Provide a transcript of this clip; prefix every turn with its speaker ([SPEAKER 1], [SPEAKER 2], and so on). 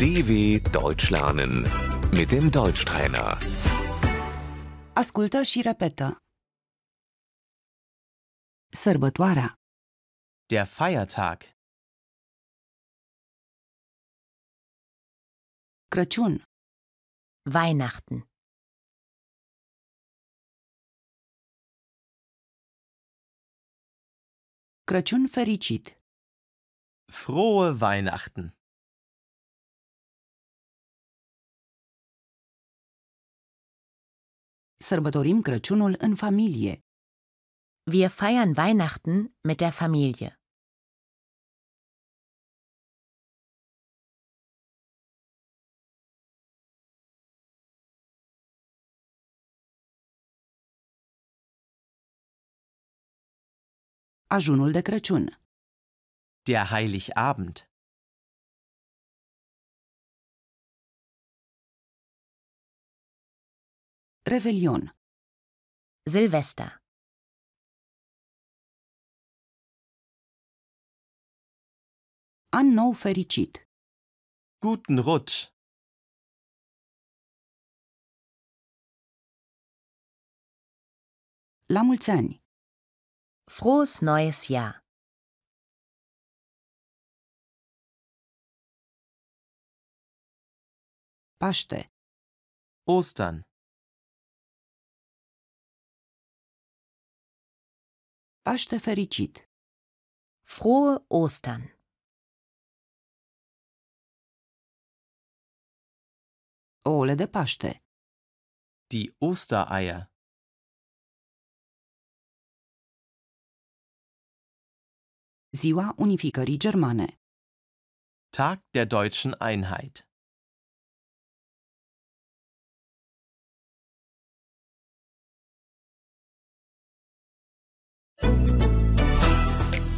[SPEAKER 1] DW Deutsch lernen mit dem Deutschtrainer.
[SPEAKER 2] Ascultă și repetă. Sărbătoarea,
[SPEAKER 3] Der Feiertag,
[SPEAKER 2] Crăciun,
[SPEAKER 4] Weihnachten,
[SPEAKER 2] Crăciun fericit,
[SPEAKER 3] frohe Weihnachten,
[SPEAKER 2] sărbătorim Crăciunul în familie,
[SPEAKER 4] wir feiern Weihnachten mit der Familie,
[SPEAKER 2] ajunul de Crăciun,
[SPEAKER 3] der Heiligabend,
[SPEAKER 2] Revelion,
[SPEAKER 4] Silvester,
[SPEAKER 2] An nou fericit,
[SPEAKER 3] guten Rutsch,
[SPEAKER 2] la mulți ani,
[SPEAKER 4] frohes neues Jahr,
[SPEAKER 2] Paște,
[SPEAKER 3] Ostern,
[SPEAKER 2] Paște fericit,
[SPEAKER 4] frohe Ostern,
[SPEAKER 2] ouăle de Paște,
[SPEAKER 3] die Ostereier,
[SPEAKER 2] ziua unificării germane,
[SPEAKER 3] Tag der deutschen Einheit,